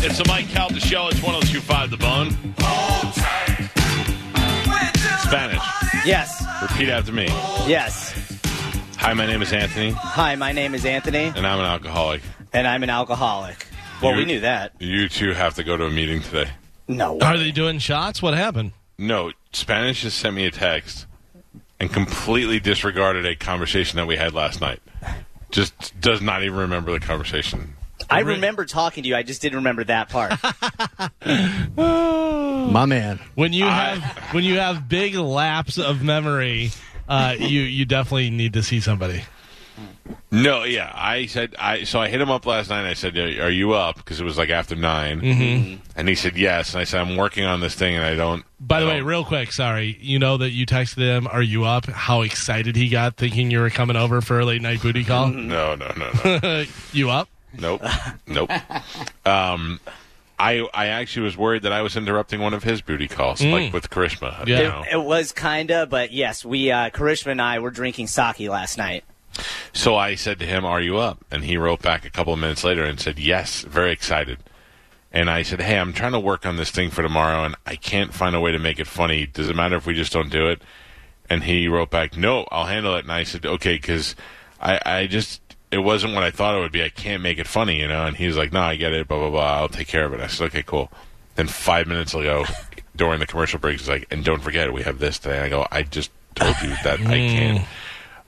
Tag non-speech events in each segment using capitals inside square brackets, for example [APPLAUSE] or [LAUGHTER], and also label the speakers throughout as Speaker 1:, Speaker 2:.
Speaker 1: It's the Mike Calta Show. It's 1025 The Bone. Spanish.
Speaker 2: Yes,
Speaker 1: Repeat after me.
Speaker 2: yes.
Speaker 1: Hi, my name is Anthony,
Speaker 2: Hi, my name is Anthony,
Speaker 1: and I'm an alcoholic.
Speaker 2: and I'm an alcoholic. Well, we knew that.
Speaker 1: You two have to go to a meeting today.
Speaker 2: No.
Speaker 3: Are they doing shots? What happened?
Speaker 1: No, Spanish just sent me a text and completely disregarded a conversation that we had last night. Just does not even remember the conversation.
Speaker 2: I remember talking to you. I just didn't remember that [LAUGHS] part.
Speaker 4: My man.
Speaker 3: When you have when you have big lapse of memory, uh, you you definitely need to see somebody.
Speaker 1: No, yeah, I said I. So I hit him up last night. and I said, "Are you up?" Because it was like after 9 mm-hmm. and he said yes. And I said, "I'm working on this thing, and I don't."
Speaker 3: By the
Speaker 1: I
Speaker 3: way,
Speaker 1: don't-
Speaker 3: real quick, sorry. You know that you texted him, "Are you up?" How excited he got thinking you were coming over for a late night booty
Speaker 1: [LAUGHS]
Speaker 3: call. Uh,
Speaker 1: no, no, no, no.
Speaker 3: you up?
Speaker 1: Nope. Nope. Um, I I actually was worried that I was interrupting one of his booty calls, like with Karishma.
Speaker 3: Yeah.
Speaker 1: You
Speaker 2: it,
Speaker 1: know?
Speaker 2: it was kinda, but yes, we uh, Karishma and I were drinking sake last night.
Speaker 1: So I said to him, "Are you up?" And he wrote back a couple of minutes later and said, "Yes, very excited." And I said, "Hey, I'm trying to work on this thing for tomorrow, and I can't find a way to make it funny. Does it matter if we just don't do it?" And he wrote back, "No, I'll handle it." And I said, "Okay, because I I just." It wasn't what I thought it would be. I can't make it funny, you know. And he was like, "No, I get it. Blah blah blah. I'll take care of it." I said, "Okay, cool." Then five minutes ago, during the commercial break, he's like, "And don't forget, we have this today." And I go, "I just told you that I can't."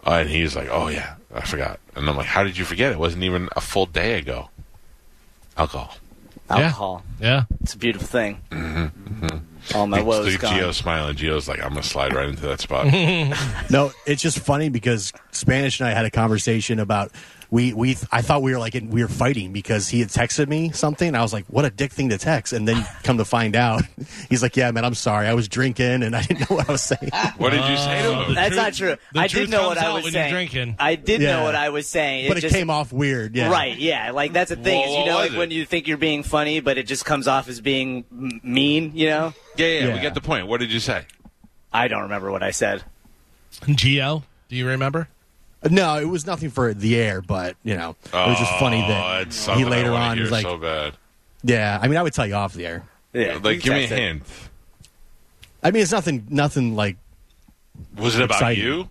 Speaker 1: Uh, and he's like, "Oh yeah, I forgot." And I'm like, "How did you forget? It wasn't even a full day ago." Alcohol.
Speaker 2: Alcohol.
Speaker 3: Yeah.
Speaker 2: It's a beautiful thing.
Speaker 3: Mm-hmm,
Speaker 2: All my
Speaker 1: Look
Speaker 2: woes
Speaker 1: at
Speaker 2: gone.
Speaker 1: Gio's smiling. Gio's like, "I'm gonna slide right into that
Speaker 4: [LAUGHS]
Speaker 1: spot." yeah,
Speaker 4: No, it's just funny because Spanish and I had a conversation about we we I thought we were like in, we were fighting because he had texted me something. I was like, "What a dick thing to text!" And then come to find out, [LAUGHS] he's like, "Yeah, man, I'm sorry. I was drinking and I didn't know what I
Speaker 2: [LAUGHS]
Speaker 4: was saying."
Speaker 1: What did you say to him?
Speaker 2: That's
Speaker 3: truth-
Speaker 2: not true.
Speaker 3: the
Speaker 2: I
Speaker 3: truth
Speaker 2: did know what
Speaker 3: comes
Speaker 2: I
Speaker 3: out
Speaker 2: was
Speaker 3: when you're
Speaker 2: saying.
Speaker 3: drinking.
Speaker 2: I did
Speaker 4: Yeah.
Speaker 2: know what I was saying.
Speaker 4: but it
Speaker 2: just,
Speaker 4: came off weird. Yeah,
Speaker 2: Right, yeah, like that's a thing.
Speaker 1: Well,
Speaker 2: is, you know,
Speaker 1: what
Speaker 2: like
Speaker 1: was
Speaker 2: when
Speaker 1: it?
Speaker 2: you think you're being funny, but it just comes off as being m- mean. You know,
Speaker 1: Yeah, yeah, we
Speaker 4: Yeah.
Speaker 1: got the point. What did you say?
Speaker 2: I don't remember what I said.
Speaker 3: Geo, do you remember?
Speaker 4: No, it was nothing for the air, but you know, it was just funny
Speaker 1: Oh,
Speaker 4: that
Speaker 1: it's something
Speaker 4: he later
Speaker 1: I wanna
Speaker 4: on
Speaker 1: hear
Speaker 4: was like,
Speaker 1: "So bad."
Speaker 4: "Yeah." I mean, I would tell you off the air.
Speaker 2: Yeah,
Speaker 1: Like,
Speaker 2: you
Speaker 1: give me a
Speaker 2: text it.
Speaker 1: hint.
Speaker 4: I mean, it's nothing, nothing like
Speaker 1: Was it about
Speaker 4: Exciting.
Speaker 1: [LAUGHS] you?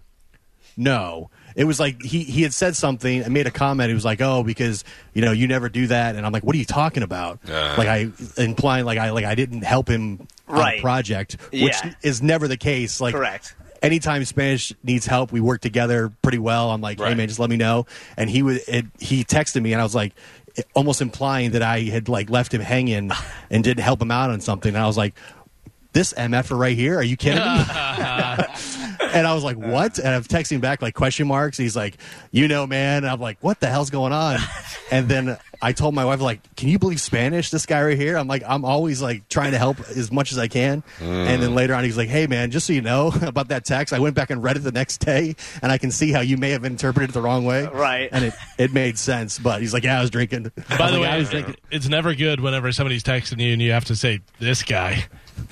Speaker 4: No. It was like he, he had said something and made a comment. He was like, "Oh, because you know you never do that," and I'm like, "What are you talking about?"
Speaker 1: Uh.
Speaker 4: like I implying like I like I didn't help him on
Speaker 2: Right.
Speaker 4: a project, which
Speaker 2: Yeah.
Speaker 4: is never the case. Like
Speaker 2: Correct.
Speaker 4: Anytime Spanish needs help, we work together pretty well. I'm like, "Hey
Speaker 1: Right.
Speaker 4: man, just let me know." And he would it, he texted me and I was like, it- almost implying that I had like left him hanging and didn't help him out on something. And I was like. This mf'er right here? Are you kidding me? And I was like, "What?" And I'm texting back like question marks. He's like, "You know, man." And I'm like, "What the hell's going on?" and then I told my wife, "Like, can you believe Spanish? This guy right here." I'm like, "I'm always like trying to help as much as I can." And then later on, he's like, "Hey, man, just so you know [LAUGHS] about that text, I went back and read it the next day, and I can see how you may have interpreted it the wrong way."
Speaker 2: Right.
Speaker 4: And it it made sense, but he's like, "Yeah, I was drinking." I
Speaker 3: By
Speaker 4: was
Speaker 3: the way,
Speaker 4: like, I was drinking.
Speaker 3: it's never good whenever somebody's texting you and you have to say
Speaker 1: [LAUGHS]
Speaker 3: this guy.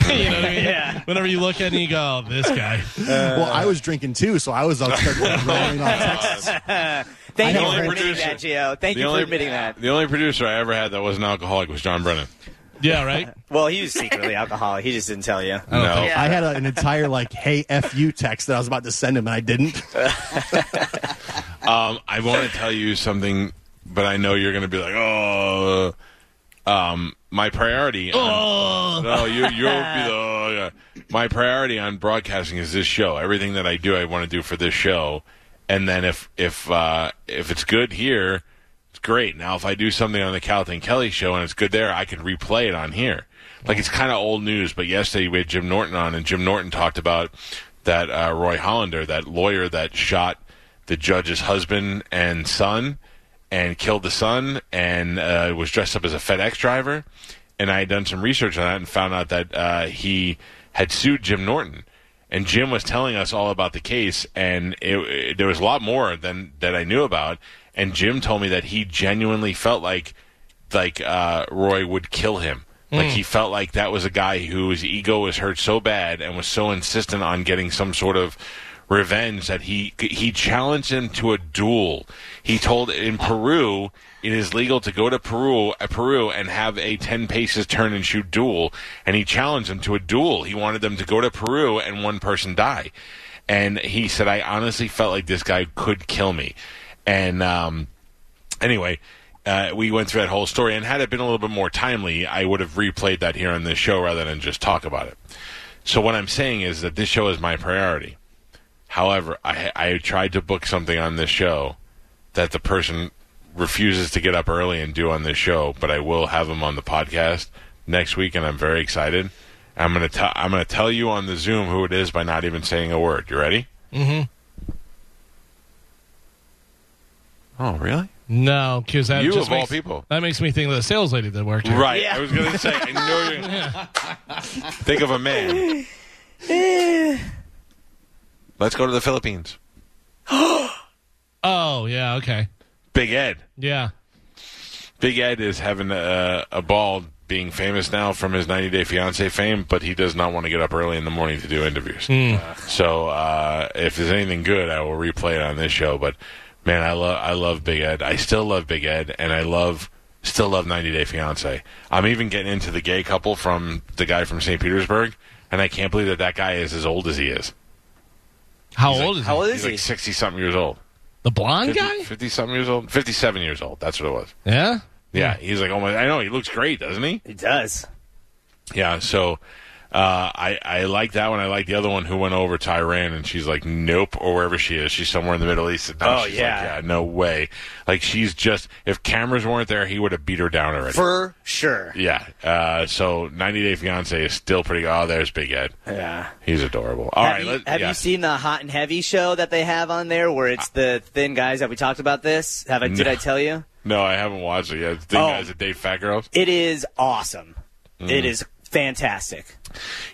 Speaker 3: you know what I mean?
Speaker 2: Yeah.
Speaker 3: Whenever you look at it and you go, oh, this guy.
Speaker 4: [LAUGHS] well, I was drinking too, so I was on rolling on
Speaker 1: Uh,
Speaker 4: texts.
Speaker 2: Thank
Speaker 4: The
Speaker 2: you
Speaker 4: only
Speaker 2: for admitting
Speaker 1: producer-
Speaker 2: that, Gio. Thank you for admitting that.
Speaker 1: The only producer I ever had that was an alcoholic was John Brennan. [LAUGHS]
Speaker 3: Yeah, right?
Speaker 2: Well, he was secretly alcoholic. He just didn't tell you.
Speaker 1: No.
Speaker 4: I had a, an entire like "Hey f you" text that I was about to send him, and I didn't.
Speaker 1: Um, I want to tell you something, but I know you're going to be like, oh. Um, my priority. On, no, you you'll be the. oh, yeah. My priority on broadcasting is this show. Everything that I do, I want to do for this show. And then if if uh, if it's good here, It's great. Now, if I do something on the Calvin Kelly show and it's good there, I can replay it on here. Like it's kind of old news, but yesterday we had Jim Norton on, and Jim Norton talked about that uh, Roy Hollander, that lawyer that shot the judge's husband and son, and killed the son, and uh, was dressed up as a FedEx driver. And I had done some research on that and found out that uh, he had sued Jim Norton and Jim was telling us all about the case, and it, it- there was a lot more than that I knew about. And Jim told me that he genuinely felt like like uh, Roy would kill him. Like he felt like that was a guy whose ego was hurt so bad and was so insistent on getting some sort of revenge that he he challenged him to a duel. He told in Peru it is legal to go to Peru, uh, Peru, and have a ten paces turn and shoot duel. And he challenged them to a duel. He wanted them to go to Peru and one person die. And he said, I honestly felt like this guy could kill me. And um, anyway, uh, we went through that whole story, and had it been a little bit more timely, I would have replayed that here on this show rather than just talk about it. So what I'm saying is that this show is my priority. However, I, I tried to book something on this show that the person refuses to get up early and do on this show, but I will have him on the podcast next week, and I'm very excited. I'm gonna tell I'm gonna tell you on the Zoom who it is by not even saying a word. You ready? Mm-hmm. Oh, really?
Speaker 3: No, because that
Speaker 1: You
Speaker 3: just
Speaker 1: of all
Speaker 3: makes-
Speaker 1: people.
Speaker 3: That makes me think of the sales lady that worked here.
Speaker 1: Right.
Speaker 2: Yeah.
Speaker 1: I was going to say, I know you. Think of a man. Let's go to the Philippines.
Speaker 3: Oh yeah, okay,
Speaker 1: Big Ed.
Speaker 3: yeah.
Speaker 1: Big Ed is having uh, a, a ball being famous now from his 90 Day Fiance fame, but he does not want to get up early in the morning to do interviews. So uh, if there's anything good, I will replay it on this show. But man, I love I love Big Ed. I still love Big Ed, and I love still love 90 Day Fiance. I'm even getting into the gay couple from the guy from St. Petersburg, and I can't believe that that guy is as old as he is.
Speaker 3: How old is
Speaker 2: How
Speaker 3: he?
Speaker 2: old
Speaker 1: He's
Speaker 2: is he?
Speaker 1: like 60 something years old.
Speaker 3: The blonde
Speaker 1: 50,
Speaker 3: guy?
Speaker 1: 50 something years old. 57 years old. That's what it was.
Speaker 3: Yeah. Hmm.
Speaker 1: Yeah, he's like, oh my, I know he looks great, doesn't he?
Speaker 2: He does.
Speaker 1: Yeah, so uh, I I like that one. I like the other one who went over to Iran, and she's like, nope, or wherever she is. She's somewhere in the Middle East. And now
Speaker 2: Oh,
Speaker 1: she's
Speaker 2: yeah.
Speaker 1: like, yeah, no way. Like she's just if cameras weren't there, he would have beat her down already.
Speaker 2: For sure.
Speaker 1: yeah, uh, so 90 Day Fiance is still pretty. Oh, there's Big Ed.
Speaker 2: Yeah.
Speaker 1: He's adorable. All
Speaker 2: have
Speaker 1: right,
Speaker 2: you,
Speaker 1: let-
Speaker 2: have
Speaker 1: yeah.
Speaker 2: you seen the hot and heavy show that they have on there where it's the thin guys that we talked about this? Have I did I tell you?
Speaker 1: No, I haven't watched it yet. The
Speaker 2: Oh.
Speaker 1: guys that date fat girls.
Speaker 2: It is awesome.
Speaker 1: Mm.
Speaker 2: It is fantastic.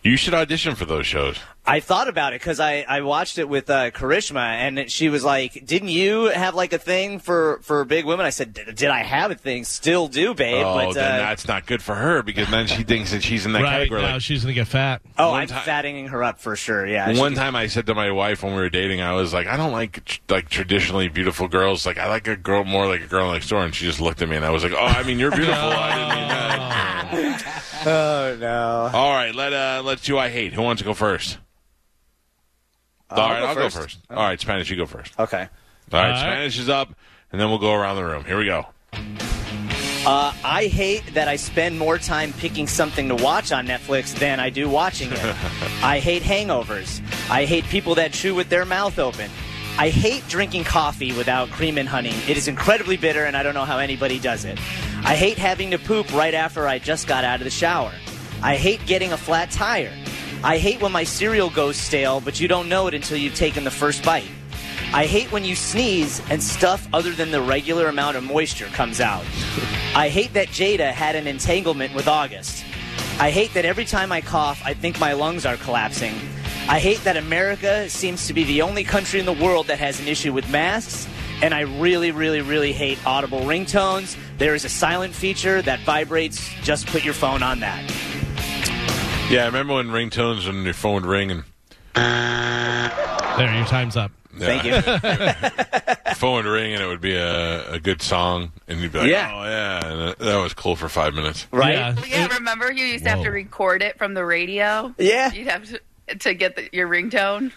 Speaker 1: You should audition for those shows.
Speaker 2: I thought about it because I, I watched it with uh, Karishma and it- she was like, "Didn't you have like a thing for, for big women?" I said, "Did did I have a thing? Still do, babe."
Speaker 1: oh,
Speaker 2: but
Speaker 1: then
Speaker 2: uh,
Speaker 1: that's not good for her because then she thinks that she's in
Speaker 2: [LAUGHS]
Speaker 1: that
Speaker 3: Right
Speaker 1: category.
Speaker 3: now,
Speaker 1: like,
Speaker 3: she's gonna get fat.
Speaker 2: oh,
Speaker 1: one
Speaker 2: I'm
Speaker 1: ti-
Speaker 2: fattening her up for sure. Yeah,
Speaker 1: One time I said to my wife when we were dating, I was like, I don't like tr- like traditionally beautiful girls. Like I like a girl more like a girl next door, and she just looked at me and I was like, Oh, I mean you're beautiful. I didn't mean
Speaker 2: [LAUGHS]
Speaker 1: that.
Speaker 2: Oh no.
Speaker 1: All right, let uh let's do I hate. Who wants to go first? All right,
Speaker 2: go
Speaker 1: I'll
Speaker 2: first.
Speaker 1: go first. All right, Spanish, you go first.
Speaker 2: Okay.
Speaker 1: All right,
Speaker 3: All right.
Speaker 1: Spanish is up, and then we'll go around the room. Here we go.
Speaker 2: Uh, I hate that I spend more time picking something to watch on Netflix than I do watching it. I hate hangovers. I hate people that chew with their mouth open. I hate drinking coffee without cream and honey. It is incredibly bitter, and I don't know how anybody does it. I hate having to poop right after I just got out of the shower. I hate getting a flat tire. I hate when my cereal goes stale, but you don't know it until you've taken the first bite. I hate when you sneeze and stuff other than the regular amount of moisture comes out. I hate that Jada had an entanglement with August. I hate that every time I cough, I think my lungs are collapsing. I hate that America seems to be the only country in the world that has an issue with masks. And I really, really, really hate audible ringtones. There is a silent feature that vibrates. Just put your phone on that.
Speaker 1: Yeah, I remember when ringtones and your phone would ring and
Speaker 3: There, your time's up.
Speaker 2: Thank you.
Speaker 1: [LAUGHS] phone would ring and it would be a, a good song and you'd be like,
Speaker 2: Yeah.
Speaker 1: Oh yeah, and that- that was cool for five minutes.
Speaker 2: Right?
Speaker 3: Yeah.
Speaker 5: Yeah, remember you used to have to
Speaker 1: Whoa.
Speaker 5: record it from the radio?
Speaker 2: Yeah.
Speaker 5: You'd have to, to get the, your ringtone.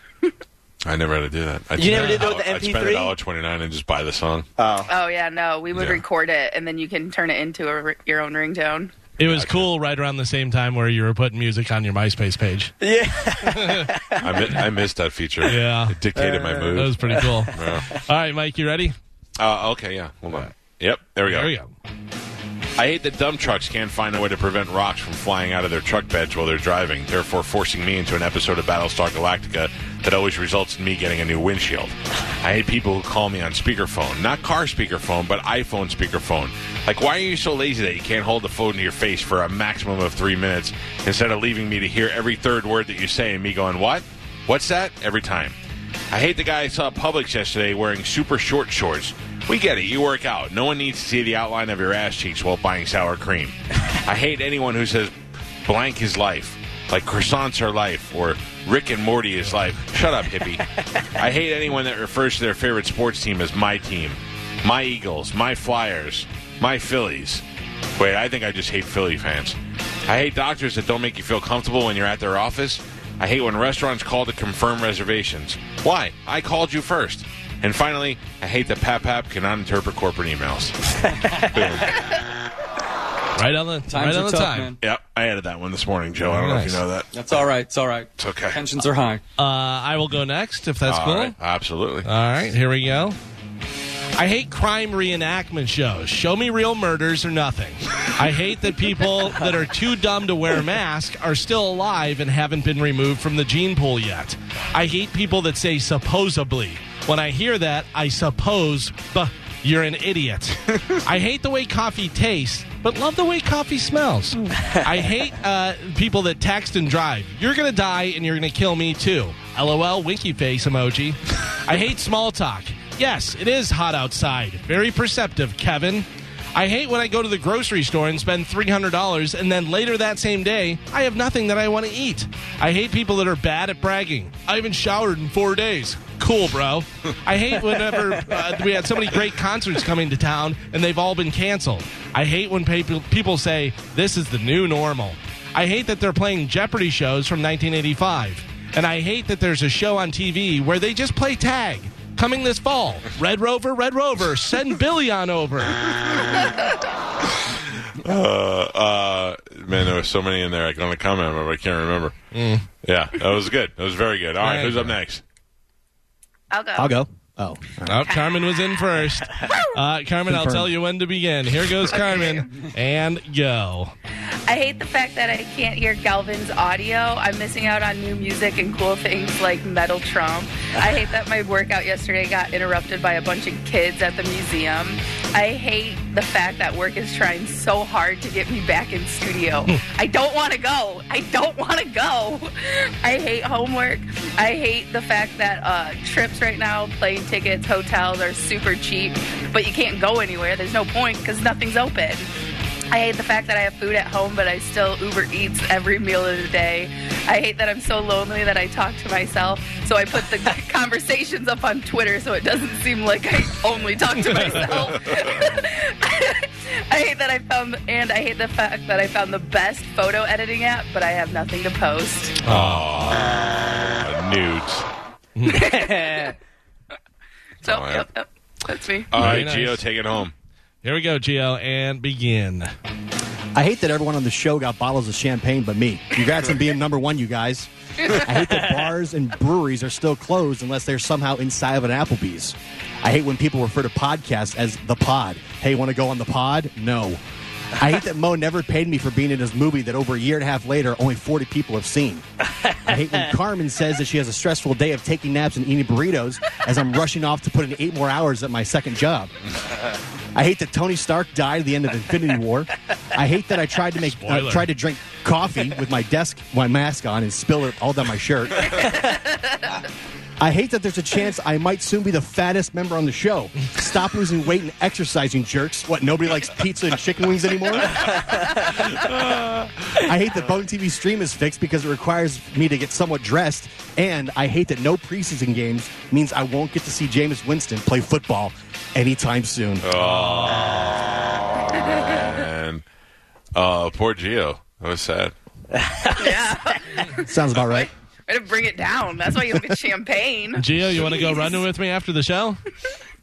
Speaker 1: I never had to do that. I
Speaker 2: You never did that with the
Speaker 1: I'd spend
Speaker 2: MP3?
Speaker 1: a dollar twenty nine and just buy the
Speaker 2: [LAUGHS]
Speaker 1: song.
Speaker 5: Oh, yeah, no. We would
Speaker 1: Yeah.
Speaker 5: record it, and then you can turn it into a, ri- your own ringtone.
Speaker 3: It was cool right around the same time where you were putting music on your MySpace page.
Speaker 1: I, mi- I missed that feature.
Speaker 3: Yeah.
Speaker 1: it dictated my
Speaker 2: Uh,
Speaker 3: That was
Speaker 1: mood.
Speaker 3: pretty cool.
Speaker 1: [LAUGHS] Yeah.
Speaker 3: All right, Mike, you ready?
Speaker 1: Uh, okay, yeah. Hold on. Yep, there we go.
Speaker 3: There we go.
Speaker 1: I hate that dumb trucks can't find a way to prevent rocks from flying out of their truck beds while they're driving, therefore forcing me into an episode of Battlestar Galactica that always results in me getting a new windshield. I hate people who call me on speakerphone, not car speakerphone, but iPhone speakerphone. Like, why are you so lazy that you can't hold the phone to your face for a maximum of three minutes instead of leaving me to hear every third word that you say and me going, what? What's that? Every time. I hate the guy I saw at Publix yesterday wearing super short shorts. We get it, you work out. No one needs to see the outline of your ass cheeks while buying sour cream. I hate anyone who says blank is life, like croissants are life, or Rick and Morty is life. Shut up, hippie. I hate anyone that refers to their favorite sports team as my team, my Eagles, my Flyers, my Phillies. Wait, I think I just hate Philly fans. I hate doctors that don't make you feel comfortable when you're at their office. I hate when restaurants call to confirm reservations. Why? I called you first. And finally, I hate that PapPap cannot interpret corporate emails. Boom.
Speaker 3: Right on the right
Speaker 6: Times
Speaker 3: on
Speaker 6: are
Speaker 3: the
Speaker 6: tough,
Speaker 3: time.
Speaker 6: man.
Speaker 1: Yep, I added that one this morning, Joe. I don't know if you know that.
Speaker 6: That's all right. It's all right. It's
Speaker 1: okay.
Speaker 6: Tensions are high.
Speaker 3: Uh, I will go next if that's
Speaker 1: All
Speaker 3: cool. Uh.
Speaker 1: right, absolutely.
Speaker 3: All right, here we go. I hate crime reenactment shows. Show me real murders or nothing. I hate that people that are too dumb to wear masks are still alive and haven't been removed from the gene pool yet. I hate people that say supposedly. When I hear that, I suppose, but you're an idiot. I hate the way coffee tastes, but love the way coffee smells. I hate uh, people that text and drive. You're going to die and you're going to kill me too. LOL, winky face emoji. I hate small talk. Yes, it is hot outside. Very perceptive, Kevin. I hate when I go to the grocery store and spend $300 and then later that same day, I have nothing that I want to eat. I hate people that are bad at bragging. I haven't showered in four days. Cool, bro. I hate whenever uh, we had so many great concerts coming to town and they've all been canceled. I hate when people, people say, this is the new normal. I hate that they're playing Jeopardy shows from 1985. And I hate that there's a show on TV where they just play tag. Coming this fall, Red Rover, Red Rover, send Billy on over.
Speaker 1: Uh, man, there were so many in there. I couldn't comment, but I can't remember. Yeah, that was good. That was very good. All right,
Speaker 3: Mm. Thank
Speaker 1: who's up
Speaker 3: you.
Speaker 1: next?
Speaker 5: I'll go.
Speaker 4: I'll go. Oh, all right.
Speaker 3: Oh, Carmen was in
Speaker 5: [LAUGHS]
Speaker 3: first. Uh, Carmen, I'll
Speaker 4: Confirmed.
Speaker 3: tell you when to begin. Here goes Carmen, and go.
Speaker 5: I hate the fact that I can't hear Galvin's audio. I'm missing out on new music and cool things like Metal Trump. I hate that my workout yesterday got interrupted by a bunch of kids at the museum. I hate the fact that work is trying so hard to get me back in studio. I don't want to go. I don't want to go. I hate homework. I hate the fact that uh, trips right now, plane tickets, hotels are super cheap, but you can't go anywhere. There's no point because nothing's open. I hate the fact that I have food at home, but I still Uber Eats every meal of the day. I hate that I'm so lonely that I talk to myself. So
Speaker 1: [LAUGHS]
Speaker 5: I put the conversations up on Twitter so it doesn't seem like I only talk to myself. [LAUGHS] I hate that I found, and I hate the fact that I found the best photo editing app, but I have nothing to post.
Speaker 1: Uh, nudes.
Speaker 3: [LAUGHS]
Speaker 5: So,
Speaker 1: Oh, yeah.
Speaker 5: yep, yep, that's
Speaker 1: [LAUGHS]
Speaker 5: me.
Speaker 1: All right,
Speaker 3: nice.
Speaker 1: Geo, take it home.
Speaker 3: Here we go, Gio, and begin.
Speaker 4: I hate that everyone on the show got bottles of champagne but me. Congrats on being number one, you guys. I hate that bars and breweries are still closed unless they're somehow inside of an Applebee's. I hate when people refer to podcasts as the pod. Hey, want to go on the pod? No. I hate that Mo never paid me for being in his movie that over a year and a half later only 40 people have seen. [LAUGHS] I hate when Carmen says that she has a stressful day of taking naps and eating burritos as I'm rushing off to put in eight more hours at my second job. I hate that Tony Stark died at the end of Infinity War. I hate that I tried to make uh,
Speaker 3: Spoiler.
Speaker 4: tried to drink coffee with my desk my mask on and spill it all down my shirt. I hate that there's a chance I might soon be the fattest member on the show. Stop losing weight and exercising, jerks. What, nobody likes pizza and chicken wings anymore? I hate that Bone TV stream is fixed because it requires me to get somewhat dressed. And I hate that no preseason games means I won't get to see Jameis Winston play football anytime soon.
Speaker 1: And uh, poor Geo. That was sad.
Speaker 5: Yeah.
Speaker 4: Sounds about right.
Speaker 5: Way to bring it down. That's why you look at
Speaker 1: [LAUGHS]
Speaker 5: champagne.
Speaker 3: Gio, you want to go running with me after the show?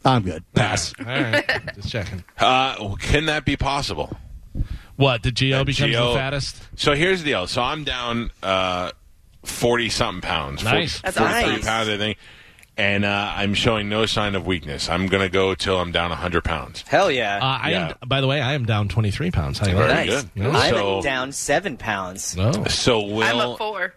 Speaker 4: I'm good. Pass.
Speaker 3: All
Speaker 5: [LAUGHS]
Speaker 3: right, just checking.
Speaker 1: Uh, can that be possible?
Speaker 3: What? Did Uh, Gio become
Speaker 1: Gio-
Speaker 3: the fattest?
Speaker 1: So here's the deal. So I'm down uh, forty something pounds.
Speaker 3: Nice.
Speaker 5: That's
Speaker 1: forty-three
Speaker 5: nice.
Speaker 1: pounds, I think. and uh, I'm showing no sign of weakness. I'm going to go till I'm down 100 pounds.
Speaker 2: Hell yeah.
Speaker 3: Uh, I
Speaker 1: Yeah.
Speaker 3: am. By the way, I am down twenty three pounds. How you
Speaker 1: Very
Speaker 3: like?
Speaker 2: nice.
Speaker 1: good.
Speaker 2: I'm
Speaker 1: So-
Speaker 2: down seven pounds.
Speaker 3: Oh.
Speaker 1: So
Speaker 5: I'm
Speaker 1: will
Speaker 5: a four.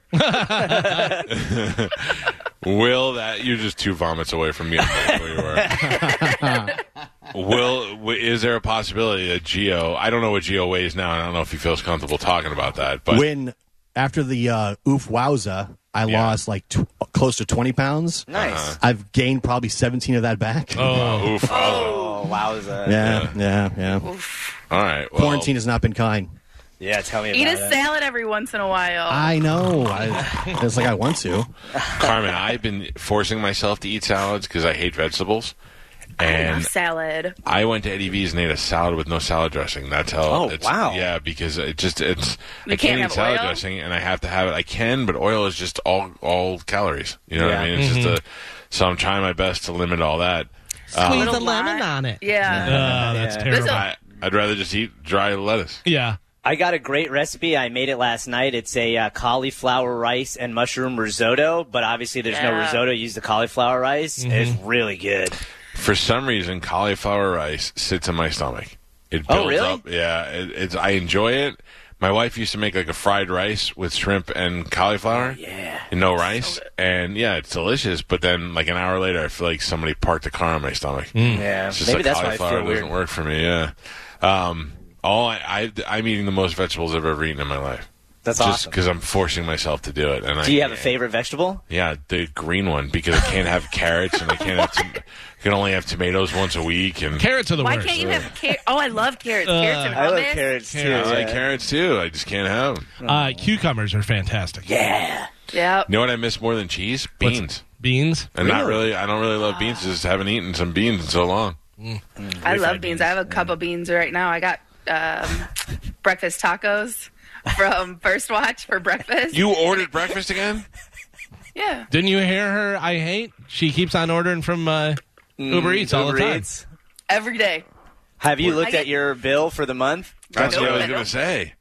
Speaker 1: will that you're just two vomits away from me? where you were.
Speaker 5: [LAUGHS]
Speaker 1: will w- is there a possibility that Geo? I don't know what Geo weighs now. and I don't know if he feels comfortable talking about that. But
Speaker 4: when after the uh, oof wowza, I
Speaker 1: Yeah.
Speaker 4: lost like tw- close to twenty pounds.
Speaker 2: Nice.
Speaker 4: I've gained probably seventeen of that back.
Speaker 3: Oh.
Speaker 1: oof, oh.
Speaker 2: Oh, wowza.
Speaker 4: yeah, yeah, yeah.
Speaker 1: all right. Well,
Speaker 4: Quarantine has not been kind.
Speaker 2: Yeah, tell me about
Speaker 5: Eat a
Speaker 2: it.
Speaker 5: salad every once in a while.
Speaker 4: I know. I, it's like I want to.
Speaker 1: Carmen, I've been forcing myself to eat salads because I hate vegetables.
Speaker 5: Love
Speaker 1: And
Speaker 5: salad.
Speaker 1: I went to Eddie V's and ate a salad with no salad dressing. That's how.
Speaker 2: Oh,
Speaker 1: it's,
Speaker 2: wow.
Speaker 1: Yeah, because it just it's.
Speaker 5: You
Speaker 1: I can't,
Speaker 5: can't have
Speaker 1: eat salad
Speaker 5: oil?
Speaker 1: dressing, and I have to have it. I can, but oil is just all all calories. You know what I
Speaker 2: Yeah.
Speaker 1: mean? It's just a. So I'm trying my best to limit all that.
Speaker 3: Squeeze
Speaker 5: Little
Speaker 3: a lemon
Speaker 5: lime.
Speaker 3: on it.
Speaker 5: Yeah.
Speaker 3: Oh, that's
Speaker 2: Yeah.
Speaker 3: terrible.
Speaker 5: There's a-
Speaker 1: I, I'd rather just eat dry lettuce.
Speaker 3: yeah.
Speaker 2: I got a great recipe. I made it last night. It's a uh, cauliflower rice and mushroom risotto, but obviously there's no
Speaker 5: Yeah.
Speaker 2: risotto. Use the cauliflower rice. It's really good.
Speaker 1: For some reason, cauliflower rice sits in my stomach. It builds
Speaker 2: Oh, really?
Speaker 1: up. Yeah, it, it's. I enjoy it. My wife used to make like a fried rice with shrimp and cauliflower.
Speaker 2: Oh, Yeah.
Speaker 1: and no rice, and yeah, it's delicious. But then, like an hour later, I feel like somebody parked a car on my stomach.
Speaker 2: Yeah.
Speaker 1: It's just
Speaker 2: Maybe
Speaker 1: like
Speaker 2: that's why I
Speaker 1: cauliflower
Speaker 2: feel
Speaker 1: doesn't
Speaker 2: weird.
Speaker 1: work for me. Yeah. Um, all I, I am eating the most vegetables I've ever eaten in my life.
Speaker 2: That's
Speaker 1: just
Speaker 2: awesome.
Speaker 1: because I'm forcing myself to do it. And I
Speaker 2: Do you have a
Speaker 1: can't.
Speaker 2: favorite vegetable?
Speaker 1: Yeah, the green one because I can't have carrots and I can't have tom- I can only have tomatoes once a week and
Speaker 3: Carrots are the
Speaker 5: Why
Speaker 3: worst.
Speaker 5: can't you have carrots? Oh, I love carrots.
Speaker 3: Uh,
Speaker 5: carrots and hummus.
Speaker 2: I love carrots too.
Speaker 3: Carrots.
Speaker 1: I like
Speaker 2: yeah.
Speaker 1: carrots too. I just can't have 'em.
Speaker 3: uh, cucumbers are fantastic.
Speaker 2: Yeah.
Speaker 5: Yeah.
Speaker 1: You know what I miss more than cheese?
Speaker 3: What's-
Speaker 1: Beans.
Speaker 3: Beans.
Speaker 1: and not really. I don't really love beans. Just haven't eaten some beans in so long.
Speaker 5: I love beans. I have a cup of beans right now. I got um, breakfast tacos
Speaker 1: [LAUGHS]
Speaker 5: from First Watch for breakfast.
Speaker 1: You ordered breakfast again?
Speaker 5: yeah.
Speaker 3: Didn't you hear her? I hate. She keeps on ordering from uh, Uber Eats all
Speaker 2: Mm, Uber
Speaker 3: the time.
Speaker 2: Eats.
Speaker 5: Every day.
Speaker 2: Have you looked
Speaker 5: get-
Speaker 2: at your bill for the month?
Speaker 1: That's what I
Speaker 5: Nope.
Speaker 1: was gonna say.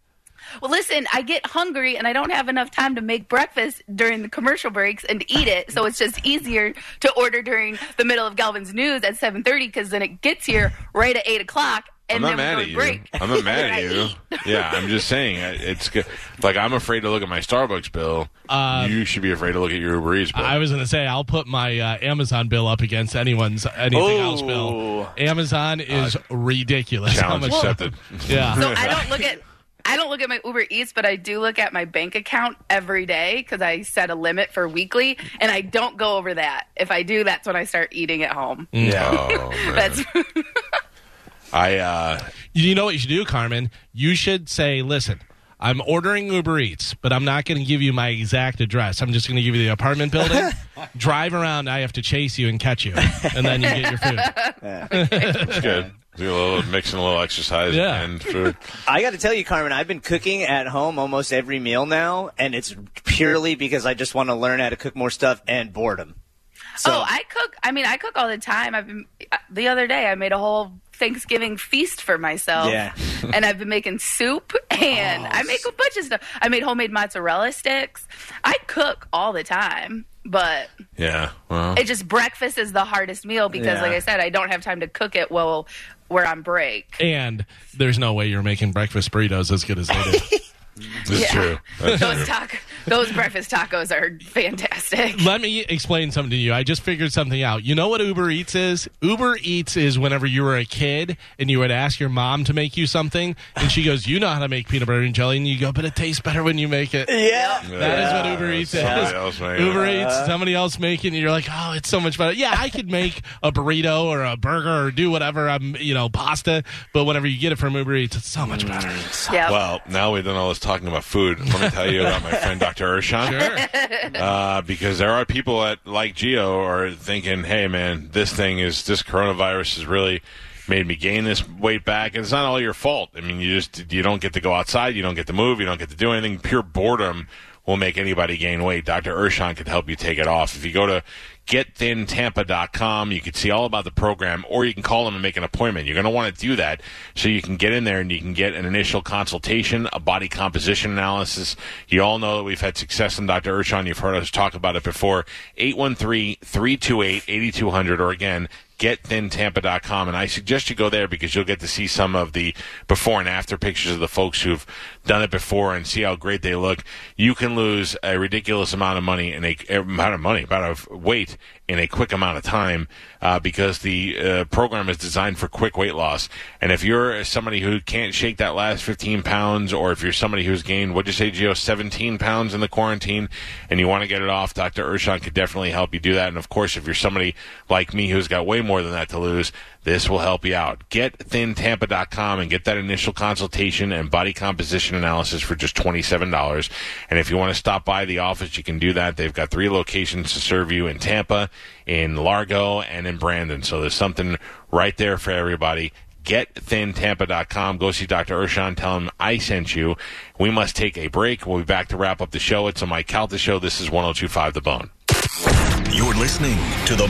Speaker 5: Well, listen, I get hungry and I don't have enough time to make breakfast during the commercial breaks and eat it. So it's just easier to order during the middle of Galvin's news at 7.30 because then it gets here right at 8 o'clock.
Speaker 1: I'm
Speaker 5: And
Speaker 1: not
Speaker 5: then
Speaker 1: mad
Speaker 5: we
Speaker 1: at
Speaker 5: go
Speaker 1: you.
Speaker 5: to break.
Speaker 1: I'm not
Speaker 5: [LAUGHS]
Speaker 1: mad
Speaker 5: I
Speaker 1: at you.
Speaker 5: eat.
Speaker 1: Yeah, I'm just saying I- it's good. Like I'm afraid to look at my Starbucks bill.
Speaker 3: Uh,
Speaker 1: you should be afraid to look at your Uber Eats bill.
Speaker 3: I was going to say I'll put my uh, Amazon bill up against anyone's anything else bill.
Speaker 2: Ooh. Uh,
Speaker 3: Amazon is ridiculous. [LAUGHS] How
Speaker 1: Challenge
Speaker 3: much?
Speaker 1: accepted.
Speaker 3: [LAUGHS] Yeah.
Speaker 5: So I don't
Speaker 2: [LAUGHS]
Speaker 5: look at I don't look at my Uber Eats, but I do look at my bank account every day because I set a limit for weekly, and I don't go over that. If I do, that's when I start eating at home.
Speaker 3: Mm.
Speaker 1: Yeah. Oh, man.
Speaker 5: That's [LAUGHS]
Speaker 1: I uh,
Speaker 3: You know what you should do, Carmen? You should say, listen, I'm ordering Uber Eats, but I'm not going to give you my exact address. I'm just going to give you the
Speaker 2: [LAUGHS]
Speaker 3: apartment building. Drive around. I have to chase you and catch you. And then you get your
Speaker 2: [LAUGHS]
Speaker 3: food.
Speaker 1: it's good. Do a little mixing, a little exercise,
Speaker 3: Yeah.
Speaker 1: and food.
Speaker 2: I got to tell you, Carmen, I've been cooking at home almost every meal now, and it's purely because I just want to learn how to cook more stuff and boredom. So,
Speaker 5: oh, I cook. I mean, I cook all the time. I've been uh, the other day I made a whole Thanksgiving feast for myself.
Speaker 2: Yeah.
Speaker 5: [LAUGHS]
Speaker 2: Oh,
Speaker 5: and I've been making soup, and I make a bunch of stuff. I made homemade mozzarella sticks. I cook all the time, but
Speaker 1: Yeah. Well,
Speaker 5: it just breakfast is the hardest meal because
Speaker 2: Yeah.
Speaker 5: like i said i don't have time to cook it while we're
Speaker 3: [LAUGHS]
Speaker 5: on break
Speaker 3: And there's no way you're making breakfast burritos as good as they do.
Speaker 1: this is
Speaker 5: yeah.
Speaker 3: [LAUGHS]
Speaker 1: true. That's
Speaker 5: those
Speaker 1: true.
Speaker 5: taco those breakfast tacos are fantastic
Speaker 3: Let me explain something to you. I just figured something out. You know what Uber Eats is? Uber Eats is whenever you were a kid and you would ask your mom to make you something, and she goes, "You know how to make peanut butter and jelly," and you go, "But it tastes better when you make it."
Speaker 2: yeah.
Speaker 3: That is
Speaker 1: Yeah,
Speaker 3: what Uber Eats
Speaker 1: somebody
Speaker 3: is.
Speaker 1: else made it.
Speaker 3: Uber Eats, somebody else making, it, you're like, oh, it's so much better. Yeah, I could make a burrito or a burger or do whatever. I'm, you know, pasta. But whenever you get it from Uber Eats, it's so much better.
Speaker 5: yeah
Speaker 1: Well, now we've done all this talking about food. Let me tell you about my friend Dr. Urshan. [LAUGHS] Uh, because there are people that, like Geo, are thinking, hey, man, this thing is, this coronavirus has really made me gain this weight back. And it's not all your fault. I mean, you just, you don't get to go outside. You don't get to move. You don't get to do anything. Pure boredom will make anybody gain weight. Dr. Urshan can help you take it off. If you go to getthintampa.com, you can see all about the program, or you can call them and make an appointment. You're going to want to do that so you can get in there and you can get an initial consultation, a body composition analysis. You all know that we've had success in Dr. Urshan. You've heard us talk about it before. 813 328 8200, or again, getthintampa.com and I suggest you go there because you'll get to see some of the before and after pictures of the folks who've done it before and see how great they look. You can lose a ridiculous amount of money and a amount of money, amount of weight in a quick amount of time uh, because the uh, program is designed for quick weight loss. And if you're somebody who can't shake that last 15 pounds, or if you're somebody who's gained, what'd you say, Gio, 17 pounds in the quarantine, and you want to get it off, Dr. Urshan could definitely help you do that. And of course, if you're somebody like me who's got way more than that to lose, this will help you out. Get thintampa.com and get that initial consultation and body composition analysis for just $27. And if you want to stop by the office, you can do that. They've got three locations to serve you in Tampa, in Largo, and in Brandon. So there's something right there for everybody. GetThinTampa.com. Go see Dr. Urshan. Tell him I sent you. We must take a break. We'll be back to wrap up the show. It's a Mike Calta show. This is 1025 The Bone.
Speaker 7: You're listening to the